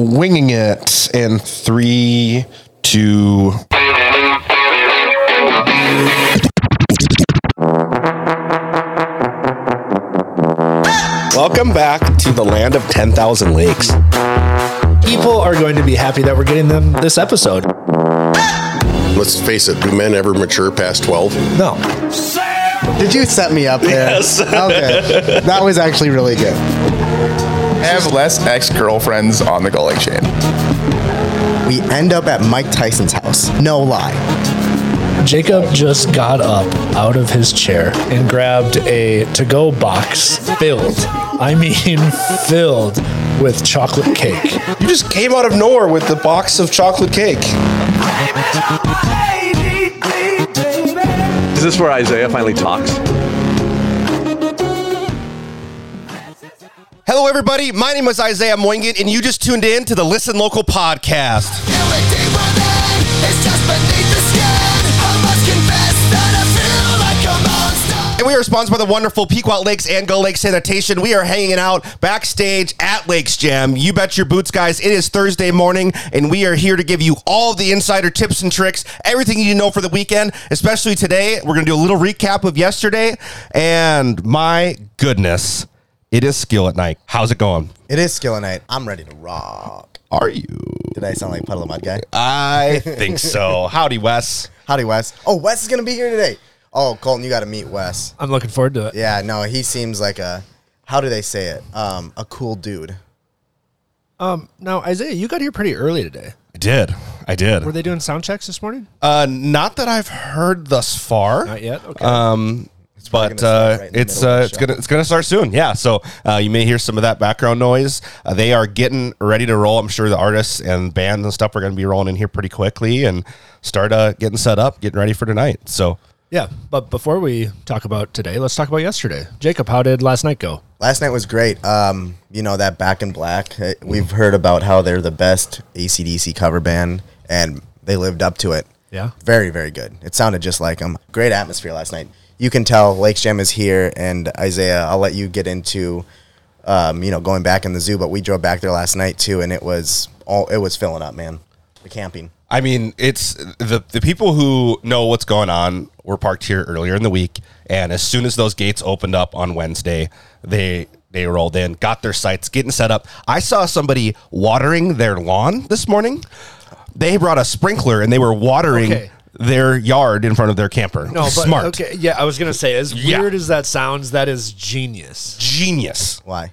winging it in three, two. Welcome back to the land of 10,000 lakes. People are going to be happy that we're getting them this episode. Let's face it, do men ever mature past 12? No. Did you set me up there? Yes. okay. That was actually really good. have less ex girlfriends on the Gull Lake chain. We end up at Mike Tyson's house. No lie. Jacob just got up out of his chair and grabbed a to go box filled, I mean, filled with chocolate cake. You just came out of nowhere with the box of chocolate cake. Is this where Isaiah finally talks? Hello, everybody. My name is Isaiah Moingen, and you just tuned in to the Listen Local podcast. And we are sponsored by the wonderful Pequot Lakes and Gull Lake Sanitation. We are hanging out backstage at Lakes Jam. You bet your boots, guys. It is Thursday morning, and we are here to give you all the insider tips and tricks, everything you need to know for the weekend, especially today. We're going to do a little recap of yesterday. And my goodness, it is skill at night. How's it going? It is skill of night. I'm ready to rock. Are you? Did I sound like Puddle of Mud guy? I think so. Howdy, Wes. Howdy, Wes. Oh, Wes is gonna be here today. Oh, Colton, you got to meet Wes. I'm looking forward to it. Yeah, no, he seems like a how do they say it? Um, a cool dude. Now, Isaiah, you got here pretty early today. I did. I did. Were they doing sound checks this morning? Uh, not that I've heard thus far. Not yet. Okay. Um, but gonna start uh, right in the it's middle of uh, the it's show. gonna it's gonna start soon. Yeah, so uh, you may hear some of that background noise. Uh, they are getting ready to roll. I'm sure the artists and bands and stuff are gonna be rolling in here pretty quickly and start uh, getting set up, getting ready for tonight. So yeah. But before we talk about today, let's talk about yesterday. Jacob, how did last night go? Last night was great. Um, you know that Back in Black. uh, We've heard about how they're the best ACDC cover band, and they lived up to it. Yeah. very very good. It sounded just like them. Great atmosphere last night. You can tell Lakes Jam is here, and Isaiah, I'll let you get into, um, you know, going back in the zoo. But we drove back there last night too, and it was all it was filling up, man. The camping. I mean, it's the the people who know what's going on were parked here earlier in the week, and as soon as those gates opened up on Wednesday, they they rolled in, got their sites, getting set up. I saw somebody watering their lawn this morning. They brought a sprinkler and they were watering Okay. their yard in front of their camper. No, but smart, okay. Yeah, I was gonna say, as Yeah. weird as that sounds, that is genius genius. Why?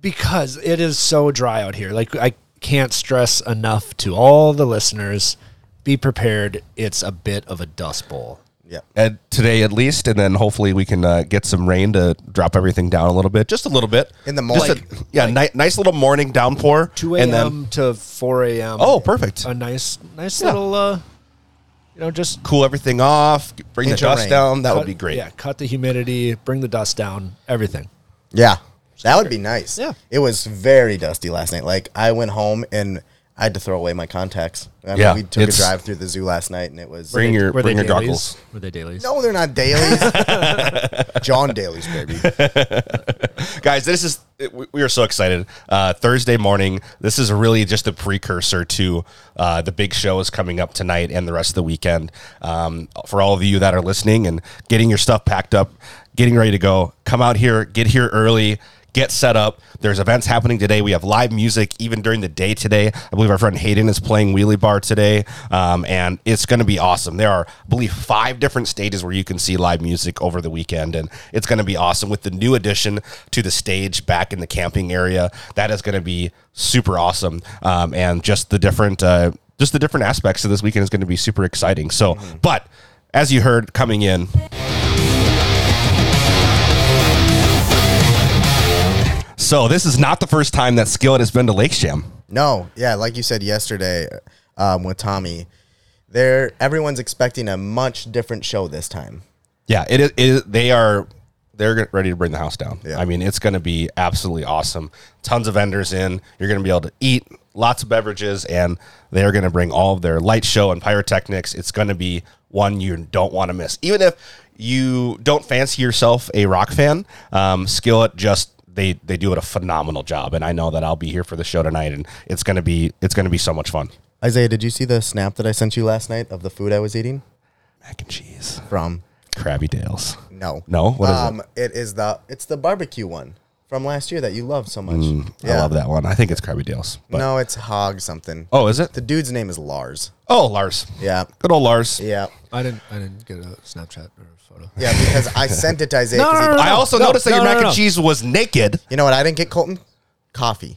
because it is so dry out here. Like I can't stress enough to all the listeners: be prepared. It's a bit of a dust bowl. Yeah. at today at least, and then hopefully we can uh, get some rain to drop everything down a little bit, just a little bit In the Just a- morning. yeah, ni- nice little morning downpour, Two and then a.m. to four a.m. Oh, perfect. A nice, nice Yeah. little, uh, you know, just cool everything off, bring Into the dust rain. down. That cut- would be great. Uh, Yeah, cut the humidity, bring the dust down, everything. Yeah. That would be nice. Yeah. It was very dusty last night. Like I went home and I had to throw away my contacts. I mean, Yeah, we took a it's- drive through the zoo last night and it was Bring your bring your goggles. Were they dailies? No, they're not dailies. John Daly's baby. guys this is we- we are so excited uh, thursday morning this is really just the precursor to uh, the big show is coming up tonight and the rest of the weekend um, for all of you that are listening and getting your stuff packed up getting ready to go come out here get here early get set up there's events happening today we have live music even during the day today i believe our friend hayden is playing wheelie bar today um, and it's going to be awesome there are i believe five different stages where you can see live music over the weekend and it's going to be awesome with the new addition to the stage back in the camping area that is going to be super awesome um, and just the different uh, just the different aspects of this weekend is going to be super exciting so but as you heard coming in so this is not the first time that skillet has been to lakes jam No, yeah, like you said yesterday um, with Tommy, there everyone's expecting a much different show this time. Yeah, it is. It is they are they're get- ready to bring the house down. Yeah. I mean, it's going to be absolutely awesome. Tons of vendors in. You're going to be able to eat lots of beverages, and they are going to bring all of their light show and pyrotechnics. It's going to be one you don't want to miss, even if you don't fancy yourself a rock fan. Um, Skillet just they they do it a phenomenal job, and I know that I'll be here for the show tonight, and it's gonna be it's gonna be so much fun. Isaiah, did you see the snap that I sent you last night of the food I was eating Mac and cheese, from? Krabby Dales. No, Um, No? What is it? it is the it's the barbecue one from last year that you loved so much. Mm, I love that one. I think it's Krabby Dales. But, No, it's hog something. Oh, is it? The dude's name is Lars. Oh, Lars. Yeah. Good old Lars. Yeah. I didn't. I didn't get a Snapchat or a photo. Yeah, because I sent it to Isaiah. No, 'cause he- no, no, no. I also noticed that your no, mac no, and no. cheese was naked, You know what I didn't get, Colton? Coffee.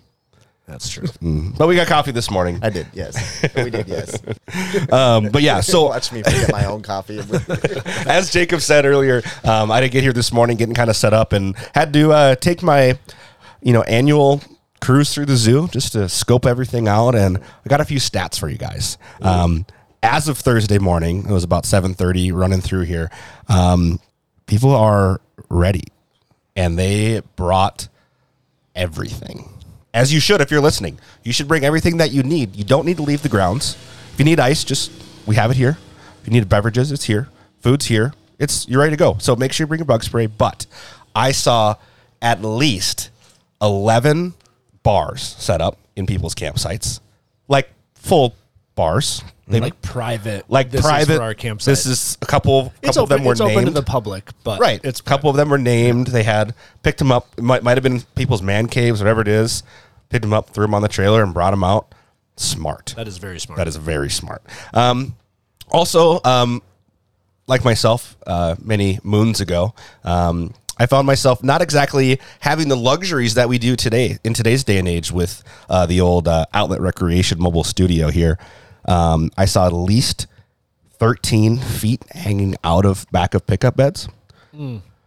That's true. Mm-hmm. but we got coffee this morning. I did, yes. we did, yes. Um, but yeah, so Watch me forget my own coffee. as Jacob said earlier, um, I did get here this morning, getting kind of set up, and had to uh, take my, you know, annual cruise through the zoo just to scope everything out. And I got a few stats for you guys. Um, as of Thursday morning, it was about seven thirty, running through here. Um, people are ready, and they brought everything. As you should if you're listening. You should bring everything that you need. You don't need to leave the grounds. If you need ice, just we have it here. If you need beverages, it's here. Food's here. It's you're ready to go. So make sure you bring your bug spray. But I saw at least eleven bars set up in people's campsites. Like full bars. They like private, like this is for private our campsite. This is a couple couple it's of open, them were it's named open to the public, but right. It's a couple of them were named. They had picked them up. It might might have been people's man caves, whatever it is. Picked them up, threw them on the trailer, and brought them out. Smart. that is very smart. That is very smart. Um, also, um, like myself, uh, many moons ago, um, I found myself not exactly having the luxuries that we do today in today's day and age with uh, the old uh, Outlet Recreation mobile studio here. Um, I saw at least 13 feet hanging out of back of pickup beds.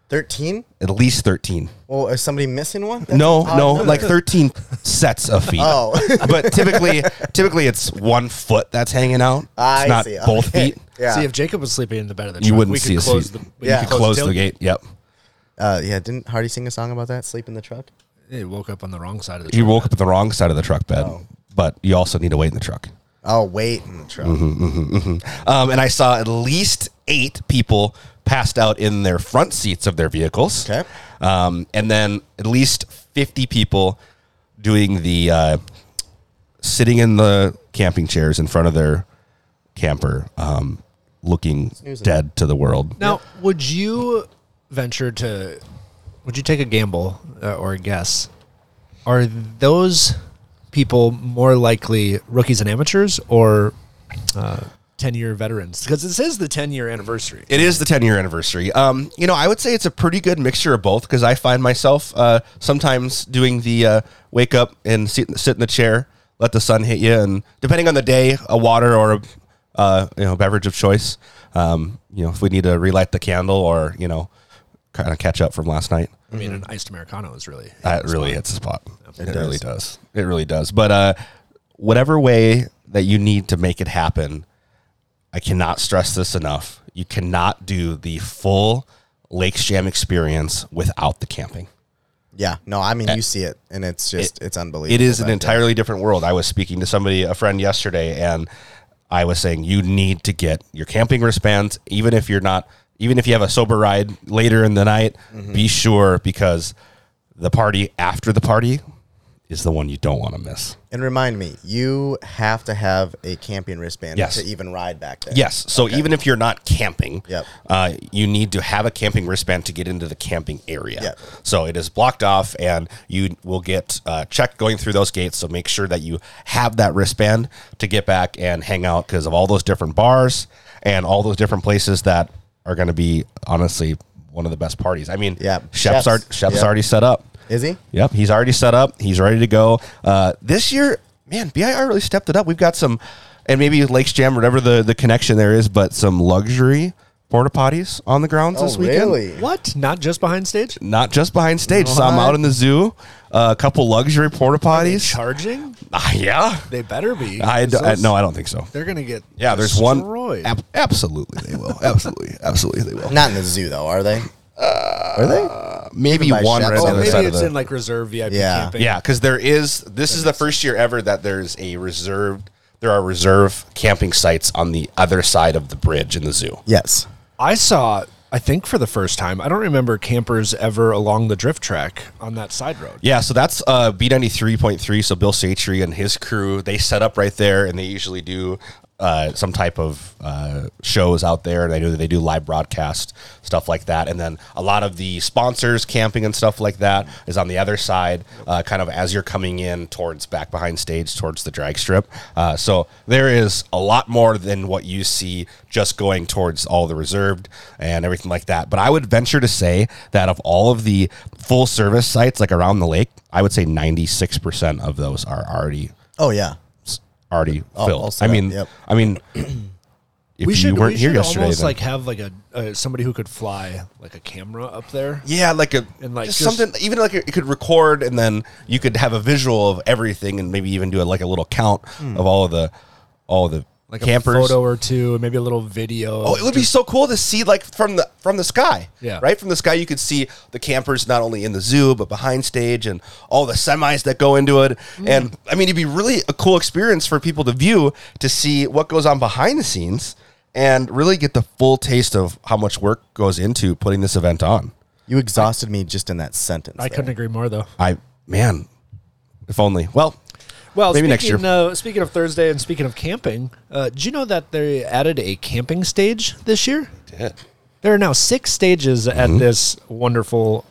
13? At least 13. Well, is somebody missing one? That's no, an odd no, number. like 13 sets of feet. Oh. but typically typically it's one foot that's hanging out. I it's not see. both Okay. feet. Yeah. See, if Jacob was sleeping in the bed of the truck, You wouldn't we see could a close seat. the we Yeah. could Close the tailgate. gate. Yep. uh, yeah, didn't Hardy sing a song about that? Sleep in the truck? He woke up on the wrong side of the. You truck. woke up at the wrong side of the truck bed, but you also need to wait in the truck. Oh, wait in the truck. Mm-hmm. Um, and I saw at least eight people passed out in their front seats of their vehicles. Okay. Um, and then at least 50 people doing the uh, sitting in the camping chairs in front of their camper, um, looking dead to the world. Now, would you venture to? Would you take a gamble uh, or a guess? Are those people more likely rookies and amateurs or uh, ten-year veterans? Because this is the ten-year anniversary. It is the 10 year anniversary. Um, you know, I would say it's a pretty good mixture of both because I find myself uh, sometimes doing the uh, wake up and sit, sit in the chair, let the sun hit you, and depending on the day, a water or a uh, you know beverage of choice. Um, you know, if we need to relight the candle or you know, kind of catch up from last night. I mean, an iced americano is really That really hits the spot. It, really does. It really does. But uh, whatever way that you need to make it happen, I cannot stress this enough. You cannot do the full Lakes Jam experience without the camping. Yeah, no, I mean, you see it, and it's just, it's unbelievable. Eh. It is an but- uh, entirely different world. I was speaking to somebody, a friend yesterday, and I was saying you need to get your camping wristbands, even if you're not, even if you have a sober ride later in the night. Be sure because the party after the party is the one you don't want to miss. And remind me, you have to have a camping wristband Yes. to even ride back there. Yes. So even if you're not camping, Yep. uh, you need to have a camping wristband to get into the camping area. Yep. So it is blocked off, and you will get uh, checked going through those gates. So make sure that you have that wristband to get back and hang out because of all those different bars and all those different places that are going to be honestly one of the best parties. I mean, Yep. Shep's, Shep's. Ar- Shep's Yep. already set up. Is he? Yep, he's already set up. He's ready to go. Uh, this year, man, BIR really stepped it up. We've got some, and maybe Lakes Jam, whatever the, the connection there is, but some luxury porta potties on the grounds this Oh, weekend. really? What? Not just behind stage? Not just behind stage. Some out in the zoo. Uh, a couple luxury porta potties. Charging? Ah, yeah. They better be. I, d- I- no, I don't think so. They're gonna get. Yeah, there's destroyed. one. ab- absolutely, they will. Absolutely, absolutely, they will. Not in the zoo, though, are they? Uh, are they? Maybe by one Shep. right on Oh, the other Maybe side of it's the- in like reserve VIP Yeah. camping. Yeah, because there is. This is the first year ever that there's a reserved. There are reserve camping sites on the other side of the bridge in the zoo. Yes. I saw. I I think for the first time. I don't remember campers ever along the drift track on that side road. Yeah, so that's uh, B93.3. So Bill Satry and his crew, they set up right there and they usually do uh, some type of uh, shows out there. They do, they do live broadcast, stuff like that. And then a lot of the sponsors, camping and stuff like that, is on the other side, uh, kind of as you're coming in towards back behind stage, towards the drag strip. Uh, so there is a lot more than what you see just going towards all the reserved and everything like that. But I would venture to say that of all of the full service sites like around the lake, I would say 96% of those are already Oh yeah. already All- all filled. set I up, mean, yep. I mean, we if you should, weren't we here should yesterday, almost then- like have like a uh, somebody who could fly like a camera up there. yeah, like a And, like, just just- something, even like it could record, and then you could have a visual of everything, and maybe even do a, like a little count of all of the all of the Hmm. Like campers. a photo or two, maybe a little video. Oh, it would be so cool to see like from the from the sky. Yeah. Right? From the sky you could see the campers not only in the zoo but behind stage and all the semis that go into it. Hmm. And I mean it'd be really a cool experience for people to view to see what goes on behind the scenes and really get the full taste of how much work goes into putting this event on. You exhausted me just in that sentence. I there. couldn't agree more though. I man, if only. Well, Well, Maybe next speaking, year. Uh, speaking of Thursday and speaking of camping, uh, did you know that they added a camping stage this year? There are now six stages Mm-hmm. at this wonderful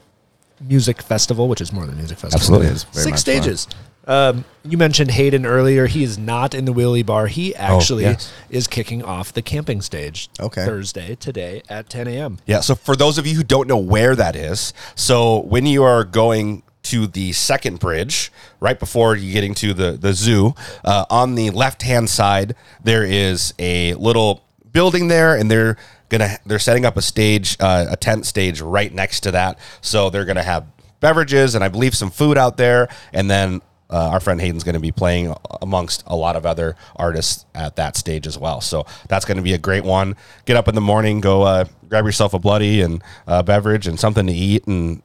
music festival, which is more than a music festival. Absolutely. It is very Six much fun. stages. Um, you mentioned Hayden earlier. He is not in the wheelie bar. Oh, He actually yes. is kicking off the camping stage Okay. Thursday today at 10 a.m. Yeah. So for those of you who don't know where that is, so when you are going to the second bridge, right before you getting to the the zoo, uh, on the left hand side there is a little building there, and they're gonna they're setting up a stage, uh, a tent stage right next to that. So they're gonna have beverages and I believe some food out there, and then. Uh, our friend Hayden's going to be playing amongst a lot of other artists at that stage as well. So that's going to be a great one. Get up in the morning, go uh, grab yourself a bloody and uh, beverage and something to eat and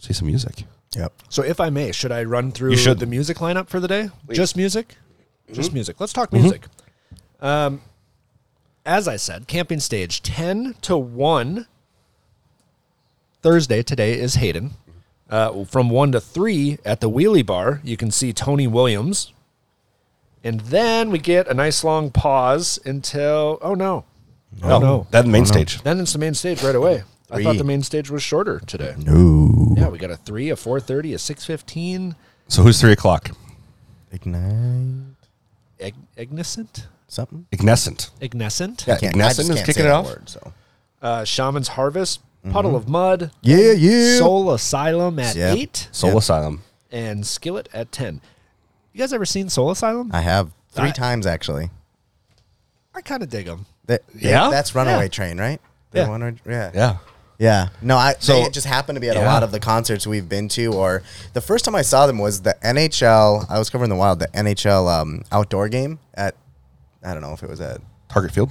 see some music. Yep. So, if I may, should I run through You should. the music lineup for the day? Just music? Just music. Let's talk music. Um, as I said, camping stage 10 to 1. Thursday, today is Hayden. Uh, from 1 to 3 at the Wheelie Bar, you can see Tony Williams. And then we get a nice long pause until, oh no. Oh no. That main stage. Then it's the main stage right away. I thought Three. the main stage was shorter today. No. Yeah, we got a three, a four thirty, a six fifteen. So who's three o'clock? Ignite Ag- agnescent, something. Ignescent. agnescent. Yeah, Can't- I just Ignescent is can't say kicking it that off. word, so. Uh, Shaman's Harvest, Puddle of Mud, Yeah, yeah. Soul Asylum at Yep. eight, Soul Yeah. Asylum. and Skillet at ten. You guys ever seen Soul Asylum? I have three I- times actually. I kind of dig them. That, Yeah? that's Runaway Yeah. Train, right? Yeah. Runaway, yeah. Yeah. Yeah. No, I So- they just happened to be at a Yeah. lot of the concerts we've been to or the first time I saw them was the NHL I was covering the wild, the NHL um, outdoor game at I don't know if it was at Target Field.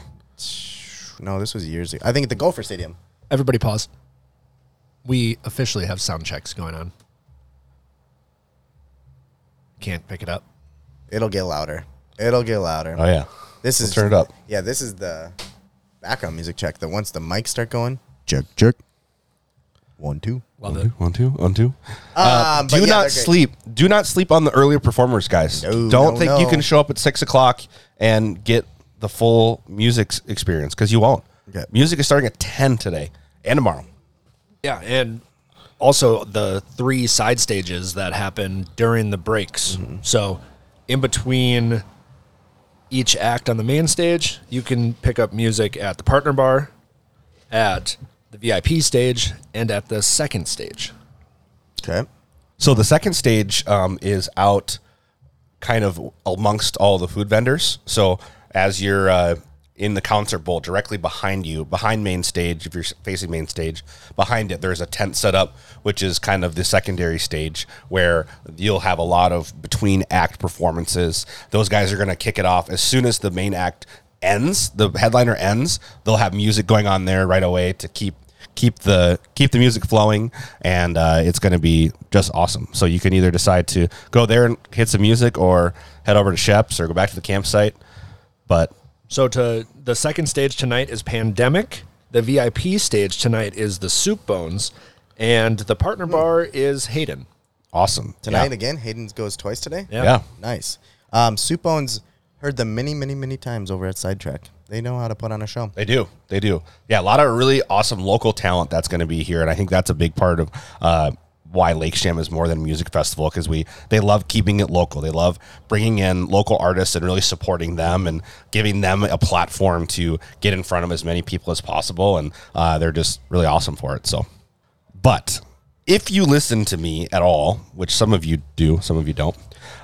no, this was years ago. I think at the Gopher Stadium. Everybody pause. We officially have sound checks going on. Can't pick it up. It'll get louder. It'll get louder. Oh yeah. This is turn it up. Yeah, this is the background music check. That once the mics start going, check check. One two. Love One, it. two, one, two, one, two. Um, but do yeah, they're not great. sleep. Do not sleep on the earlier performers, guys. No, Don't no, think you no. can show up at six o'clock and get the full music s- experience because you won't. Okay. Music is starting at ten today and tomorrow. Yeah, and also the three side stages that happen during the breaks. So, in between each act on the main stage, you can pick up music at the partner bar, at the VIP stage, and at the second stage. Okay. So the second stage um, is out, kind of amongst all the food vendors. So as you're uh, in the concert bowl, directly behind you, behind main stage, if you're facing main stage, behind it there's a tent set up, which is kind of the secondary stage where you'll have a lot of between act performances. Those guys are going to kick it off as soon as the main act ends, the headliner ends. They'll have music going on there right away to keep keep the keep the music flowing and uh, it's going to be just awesome so you can either decide to go there and hit some music or head over to sheps or go back to the campsite but So, to the second stage tonight is Pandemic, The VIP stage tonight is the Soup Bones, and the partner bar is Hayden. Awesome. Tonight yeah. again, Hayden goes twice today. Yeah. Yeah. Nice. Um, Soup Bones heard them many, many, many times over at Sidetrack. They know how to put on a show. They do. They do. Yeah, a lot of really awesome local talent that's going to be here, and I think that's a big part of uh, why Lake Sham is more than a music festival because we they love keeping it local. They love bringing in local artists and really supporting them and giving them a platform to get in front of as many people as possible, and uh, they're just really awesome for it. So, but if you listen to me at all, which some of you do, some of you don't.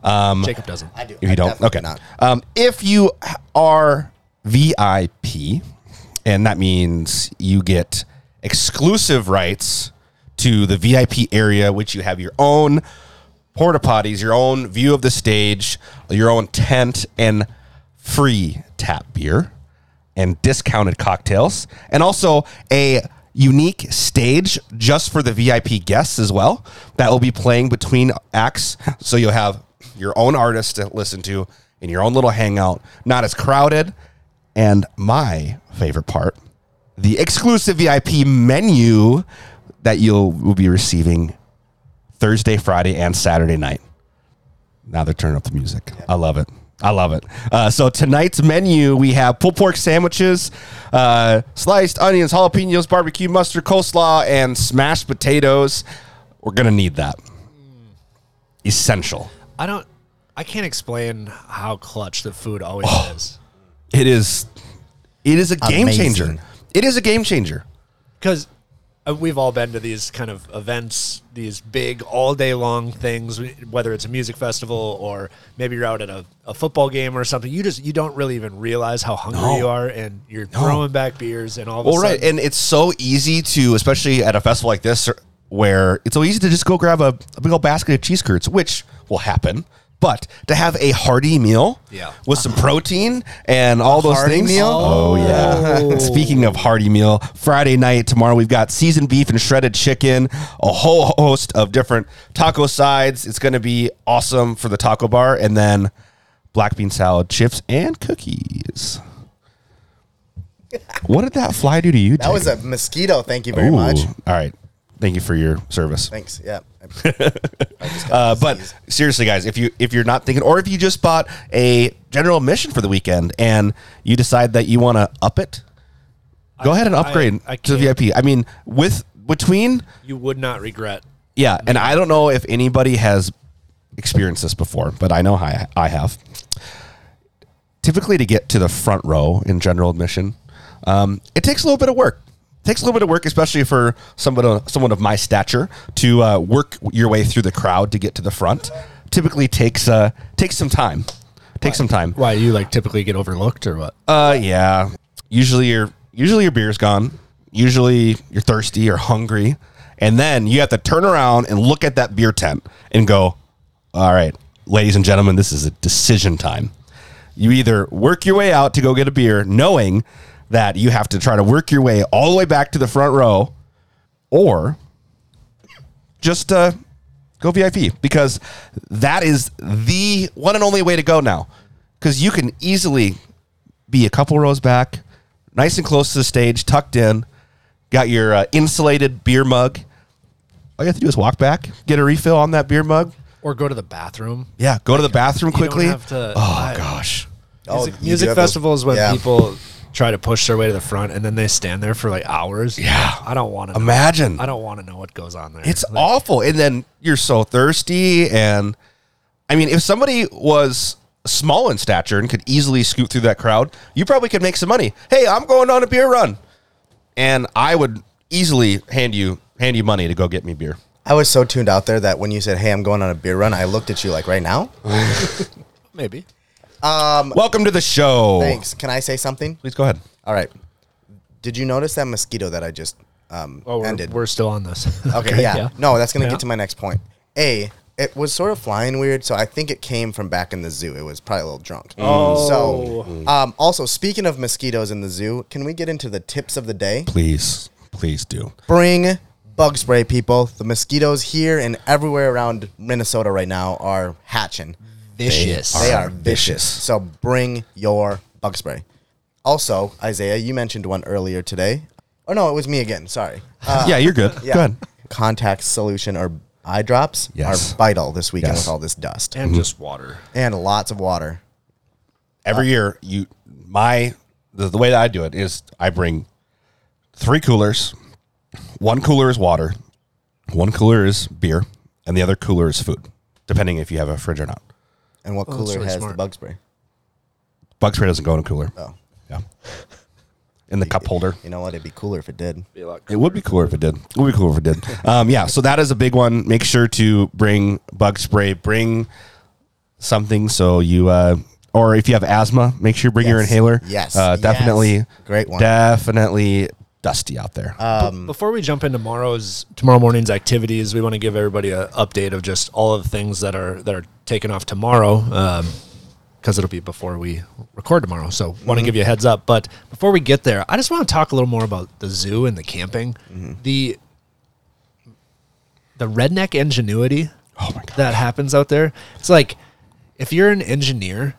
Um, Jacob doesn't. I do. if you I don't, definitely okay. not. Um, if you are VIP, and that means you get exclusive rights to the VIP area, which you have your own porta potties, your own view of the stage, your own tent, and free tap beer and discounted cocktails, and also a unique stage just for the VIP guests as well that will be playing between acts. So you'll have your own artists to listen to in your own little hangout, not as crowded. And my favorite part the exclusive VIP menu that you'll will be receiving Thursday, Friday, and Saturday night. Now they're turning up the music. I love it. I love it. Uh, so tonight's menu, we have pulled pork sandwiches, uh, sliced onions, jalapenos, barbecue mustard, coleslaw, and smashed potatoes. We're gonna need that. Essential. I don't. I can't explain how clutch the food always is. It is. It is a game Amazing. changer. It is a game changer. because uh, we've all been to these kind of events, these big all day long things, whether it's a music festival or maybe you're out at a, a football game or something. You just you don't really even realize how hungry No. you are, and you're throwing back beers and all. Of a Well, right, sudden- and it's so easy to, especially at a festival like this, or- where it's so easy to just go grab a, a big old basket of cheese curds, which will happen. But to have a hearty meal, Yeah. with some protein and all those hearty things. meal? Oh yeah. Speaking of hearty meal, Friday night tomorrow we've got seasoned beef and shredded chicken, a whole host of different taco sides. It's going to be awesome for the taco bar, and then black bean salad, chips, and cookies. What did that fly do to you? That was a mosquito. Thank you very much. All right. Thank you for your service. Thanks. Yeah. Uh, but seriously, guys, if you if you're not thinking, or if you just bought a general admission for the weekend and you decide that you want to up it, go ahead and I- upgrade I to the can't. VIP. I mean, with between you would not regret. yeah, and I don't know if anybody has experienced this before, but I know I, I have. Typically, to get to the front row in general admission, um, it takes a little bit of work. It takes a little bit of work, especially for someone someone of my stature, to uh, work your way through the crowd to get to the front. Typically, takes uh, takes some time. Takes some time. Why you like typically get overlooked or what? Uh, yeah. Usually your usually your beer's gone. Usually you're thirsty or hungry, and then you have to turn around and look at that beer tent and go, "All right, ladies and gentlemen, this is a decision time." You either work your way out to go get a beer, knowing that you have to try to work your way all the way back to the front row, or just uh, go VIP because that is the one and only way to go now. Because you can easily be a couple rows back, nice and close to the stage, tucked in. Got your uh, insulated beer mug. All you have to do is walk back, get a refill on that beer mug. Or go to the bathroom Yeah, go to the bathroom You don't quickly. have to- uh, oh I- gosh, Oh, music, you music do have those- festivals when yeah. people try to push their way to the front and then they stand there for like hours. Yeah, I don't want to Imagine. I don't want to know what goes on there. it's Like, awful. And then you're so thirsty, and I mean, if somebody was small in stature and could easily scoot through that crowd, you probably could make some money. Hey, I'm going on a beer run, and I would easily hand you hand you money to go get me beer. I was so tuned out there that when you said, "Hey, I'm going on a beer run," I looked at you like, "Right now." Oh. maybe. Welcome to the show. Thanks. Can I say something? Please go ahead. All right. Did you notice that mosquito that I just um, Oh, we're, ended? we're still on this. Okay, yeah. No, that's gonna Yeah. get to my next point. A, it was sort of flying weird, so I think it came from back in the zoo. It was probably a little drunk. Oh. So, um, also speaking of mosquitoes in the zoo, can we get into the tips of the day? Please, please do. Bring bug spray, people. The mosquitoes here and everywhere around Minnesota right now are hatching. Vicious. They are vicious. So bring your bug spray. Also, Isaiah, you mentioned one earlier today. Oh no, it was me again. Sorry. Uh, yeah, you're good. yeah. Go ahead. Contact solution or eye drops Yes. are vital this weekend Yes. with all this dust and just water. and lots of water. Every year, you my the, the way that I do it is I bring three coolers. One cooler is water, one cooler is beer, and the other cooler is food, depending if you have a fridge or not. And what Oh, that's cooler really has smart. the bug spray? Bug spray doesn't go in a cooler. Oh. Yeah. In the cup holder. You know what? It'd be cooler if it did. It would be cooler if it did. It would be cooler if it did. Um, yeah, so that is a big one. Make sure to bring bug spray. Bring something so you, uh, or if you have asthma, make sure you bring your Yes. inhaler. Yes. uh, Yes. definitely. Great one. Uh, Definitely dusty out there. Before we jump into tomorrow's tomorrow morning's activities, we want to give everybody an update of just all of the things that are that are taken off tomorrow, because it'll be before we record tomorrow. So want to give you a heads up. But before we get there, I just want to talk a little more about the zoo and the camping, the the redneck ingenuity that happens out there. It's like if you're an engineer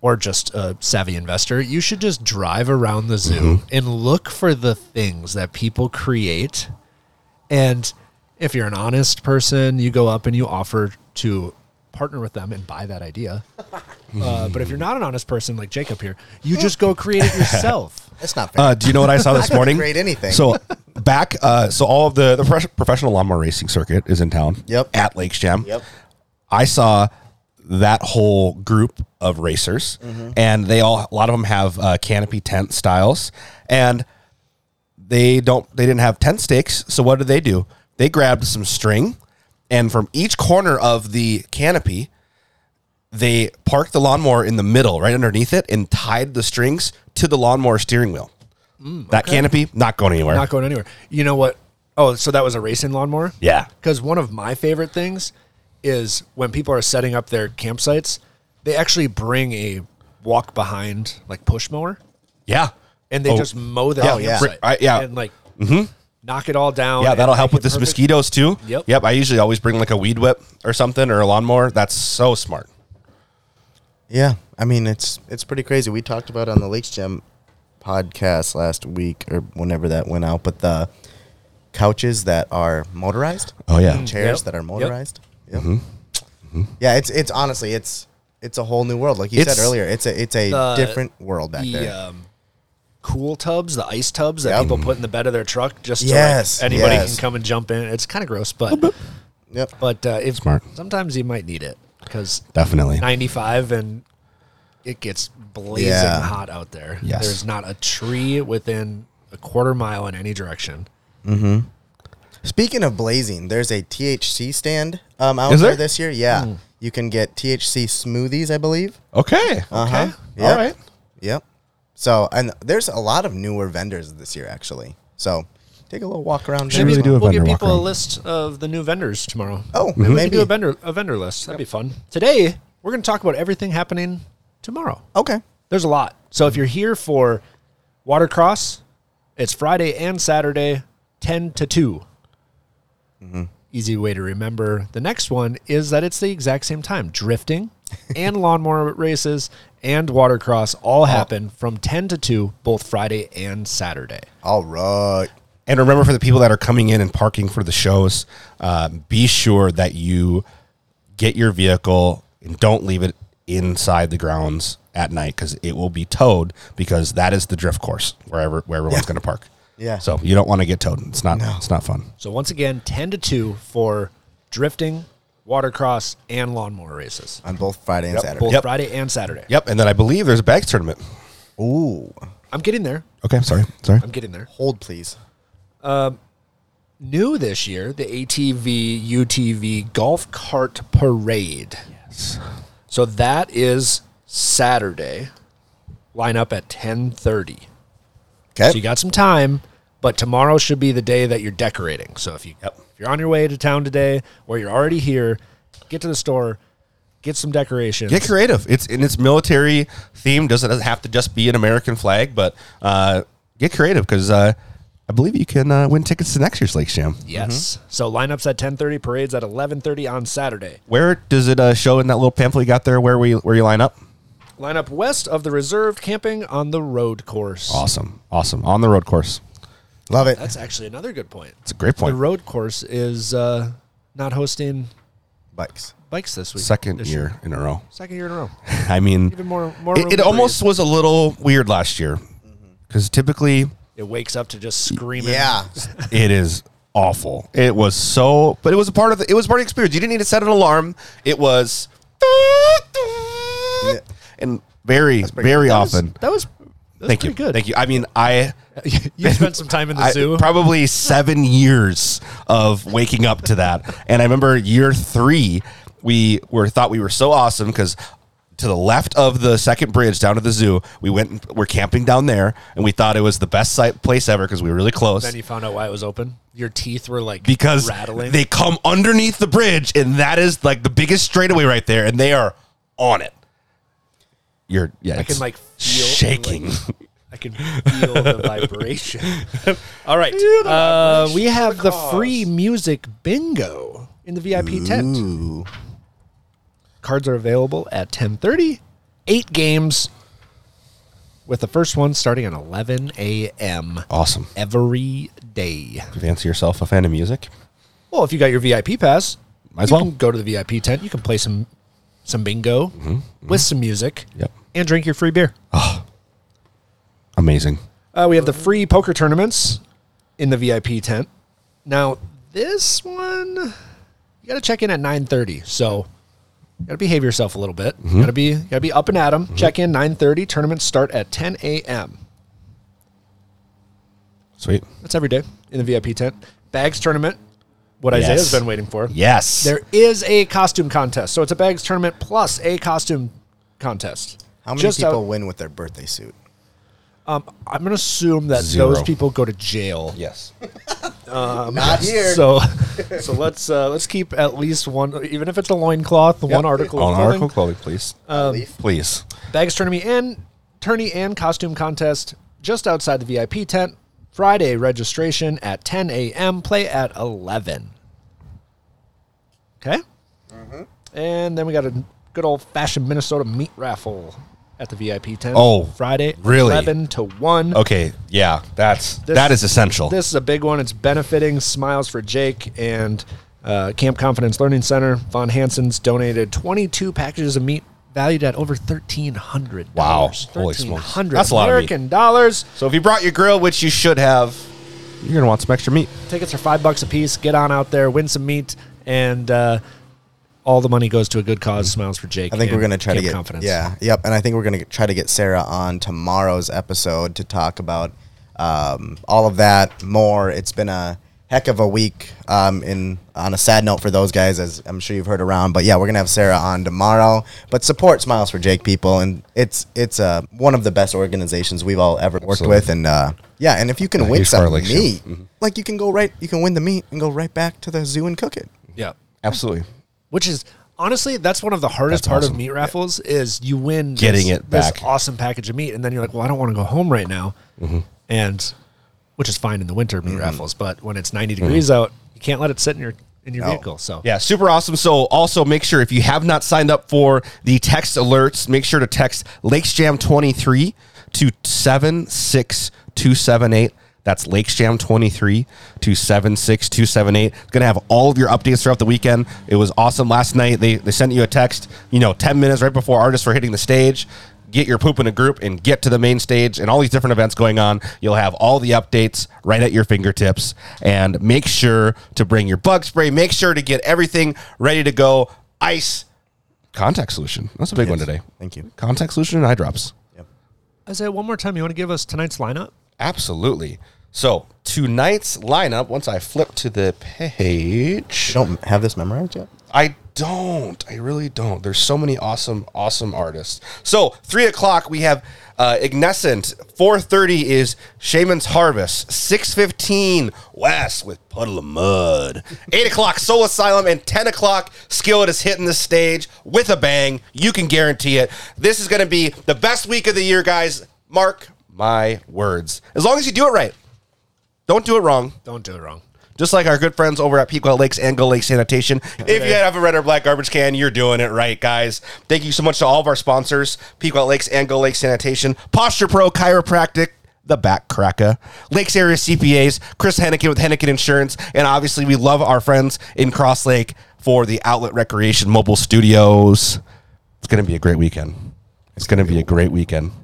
or just a savvy investor, you should just drive around the zoo and look for the things that people create. And if you're an honest person, you go up and you offer to partner with them and buy that idea. Uh, but if you're not an honest person like Jacob here, you just go create it yourself. That's not fair. Uh, do you know what I saw this couldn't morning? create anything. So back, uh, so all of the the prof- professional lawnmower racing circuit is in town. Yep. At Lakes Jam. Yep. I saw that whole group of racers, and they all a lot of them have uh, canopy tent styles, and they don't they didn't have tent stakes. So what did they do? They grabbed some string, and from each corner of the canopy, they parked the lawnmower in the middle, right underneath it, and tied the strings to the lawnmower steering wheel. That canopy not going anywhere. Mm, Not going anywhere. You know what? Oh, so that was a racing lawnmower? Yeah. Because one of my favorite things is when people are setting up their campsites, they actually bring a walk behind like push mower yeah, and they Oh, just mow that yeah, yeah. campsite. Right, yeah. Mm-hmm. And like knock it all down. yeah. and That'll Oh, help make with it this perfect. mosquitoes too. Yep. Yep. I usually always bring like a weed whip or something or a lawnmower. That's so smart. yeah, I mean it's it's pretty crazy. We talked about it on the Lakes Gem podcast last week or whenever that went out, but the couches that are motorized. Oh yeah. Mm-hmm. chairs Yep. that are Yep. motorized. Yep. Yeah, it's it's honestly it's it's a whole new world. Like you It's- said earlier, it's a it's a The- different world back the, there. Um, cool tubs, the ice tubs that Yep. people put in the bed of their truck just Yes, so like, anybody yes. can come and jump in. It's kind of gross, but Yep. but uh, if Smart. sometimes you might need it because Definitely. 95 and it gets blazing Yeah. hot out there. Yes. There's not a tree within a quarter mile in any direction. Speaking of blazing, there's a THC stand um, out Is there? there? Hmm. this year. Yeah, you can get THC smoothies, I believe. Okay. Uh-huh. All Yep. right. Yep. So and there's a lot of newer vendors this year actually. So take a little walk around. Should there. really do a we'll give vendor walk people a around. list of the new vendors tomorrow. Oh, we maybe. do a vendor a vendor list. That'd be fun. Today we're going to talk about everything happening tomorrow. Okay. There's a lot. So if you're here for Watercross, it's Friday and Saturday, 10 to 2. Easy way to remember. The next one is that it's the exact same time. Drifting and lawnmower races and watercross all happen from 10 to 2 both Friday and Saturday. All right. And remember for the people that are coming in and parking for the shows, uh, be sure that you get your vehicle and don't leave it inside the grounds at night because it will be towed because that is the drift course wherever where everyone's going to park. Yeah. So you don't want to get towed. It's not. It's not fun. So once again, 10 to 2 for drifting, watercross, and lawnmower races. On both Friday and Saturday. Both Yep. Friday and Saturday. Yep. And then I believe there's a bags tournament. Ooh. I'm getting there. Okay. Sorry. Sorry. I'm getting there. Hold please. new this year the ATV UTV golf cart parade. Yes. So that is Saturday. Line up at 10:30. Okay. So you got some time, but tomorrow should be the day that you're decorating. So if you if you're on your way to town today or you're already here, get to the store, get some decorations. Get creative. It's in its military theme. Doesn't doesn't have to just be an American flag, but uh, get creative because uh, I believe you can uh, win tickets to next year's Lake Jam. Yes. Mm-hmm. So lineups at 10:30, parades at 11:30 on Saturday. Where does it uh, show in that little pamphlet you got there? Where we where you line up? Line up west of the reserved camping on the road course. Awesome. Awesome. On the road course. Love it. That's actually another good point. It's a great The point. road course is uh, not hosting Bikes. bikes this week. Second this year in a row. Second year in a row. I mean, Even more- more room Mm-hmm. it, it to almost was a little weird last year because typically It wakes up to just screaming. Yeah. it is awful. It was so, but it was a part of the, it was part of the experience. You didn't need to set an alarm. It was, and very, very That was- often. that was, that was Thank you. pretty good. Thank you. I mean, I you spent some time in the I- zoo. Probably seven years of waking up to that. And I remember year three, we were thought we were so awesome because to the left of the second bridge down to the zoo, we went and we're camping down there, and we thought it was the best site place ever because we were really close. then you found out why it was open. Your teeth were like because rattling. they come underneath the bridge, and that is like the biggest straightaway right there, and they are on it. You're yeah, I can like feel shaking. like- I can feel the vibration. All right, uh, we have the free music bingo in the VIP tent. Cards are available at ten thirty. Eight games, with the first one starting at eleven a.m. awesome. every day. Fancy yourself a fan of music? Well, if you got your VIP pass, Might as you well. can go to the VIP tent. You can play some some bingo with some music, Mm-hmm. Yep. and drink your free beer. Amazing. Uh, we have the free poker tournaments in the VIP tent. Now, this one you got to check in at 9:30. So, you got to behave yourself a little bit. Got to be got to be up and at 'em. Check in 9:30. Tournaments start at 10 a.m. Sweet. That's every day in the VIP tent. Bags tournament, what Isaiah's Yes. been waiting for. Yes. There is a costume contest. So, it's a bags tournament plus a costume contest. How many Just people out- win with their birthday suit? I'm going to assume that Zero. those people go to jail. yes. Not here. So, so let's uh, let's keep at least one, even if it's a loincloth, the one article. of On clothing. Um, article clothing, please. please. Bags tourney and tourney and costume contest just outside the VIP tent. Friday registration at 10 a.m. Play at 11. Okay. Mm-hmm. And then we got a good old fashioned Minnesota meat raffle at the VIP tent. Oh, Friday, really? Oh, 11 to 1. Okay. Yeah. That's This- that is essential. This is a big one. It's benefiting Smiles for Jake and uh, Camp Confidence Learning Center. Von Hansen's donated 22 packages of meat valued at over $1,300. Wow. Holy smokes. $1,300 That's a lot of meat. American dollars. so if you brought your grill, which you should have, you're gonna want some extra meat. Tickets are five bucks a piece. Get on out there, win some meat, and uh, all the money goes to a good cause. Smiles for Jake. I think and we're gonna try Camp to get Confidence. yeah, yep. And I think we're gonna get- try to get Sarah on tomorrow's episode to talk about um, all of that more. It's been a heck of a week. Um, in on a sad note for those guys, as I'm sure you've heard around. But yeah, we're gonna have Sarah on tomorrow. But support Smiles for Jake people, and it's it's uh, one of the best organizations we've all ever worked Absolutely. with. And uh, yeah, and if you can win huge some meat, correlation. like you can go right, you can win the meat and go right back to the zoo and cook it. yeah. Absolutely. which is honestly that's one of the hardest That's part awesome. of meat raffles is you win Getting this, it this back. Mm-hmm. awesome package of meat and then you're like well i don't want to go home right now and which is fine in the winter meat raffles but when it's 90 degrees out you can't let it sit in your in your vehicle so Mm-hmm. Yeah, super awesome. So also make sure if you have not signed up for the text alerts, make sure to text Lakes Jam 23 to 76278. That's Lakes Jam 23 to 76278. It's going to have all of your updates throughout the weekend. It was awesome last night. They, they sent you a text, you know, 10 minutes right before artists were hitting the stage get your poop in a group and get to the main stage and all these different events going on. You'll have all the updates right at your fingertips. And make sure to bring your bug spray. Make sure to get everything ready to go. Ice contact solution. That's a big one today. Thank you. Contact solution and eye drops. i say one more time you want to give us tonight's lineup Absolutely. So tonight's lineup, once I flip to the page. You don't have this memorized yet. I don't. I really don't. There's so many awesome, awesome artists. So three o'clock we have uh, Ignescent. Four thirty is Shaman's Harvest. Six fifteen West with Puddle of Mud. Eight o'clock Soul Asylum and ten o'clock Skillet is hitting the stage with a bang. You can guarantee it. This is going to be the best week of the year, guys. Mark my words. As long as you do it right, don't do it wrong. don't do it wrong just like our good friends over at Pequot Lakes and Go Lake Sanitation. If you have a red or black garbage can, you're doing it right, guys. Thank you so much to all of our sponsors, Pequot Lakes and Go Lake Sanitation, Posture Pro Chiropractic, the back cracker, Lakes Area CPAs, Chris Hennigan with Hennigan Insurance, and obviously we love our friends in Cross Lake for the Outlet Recreation Mobile Studios. It's going to be a great weekend. It's going to be a great weekend.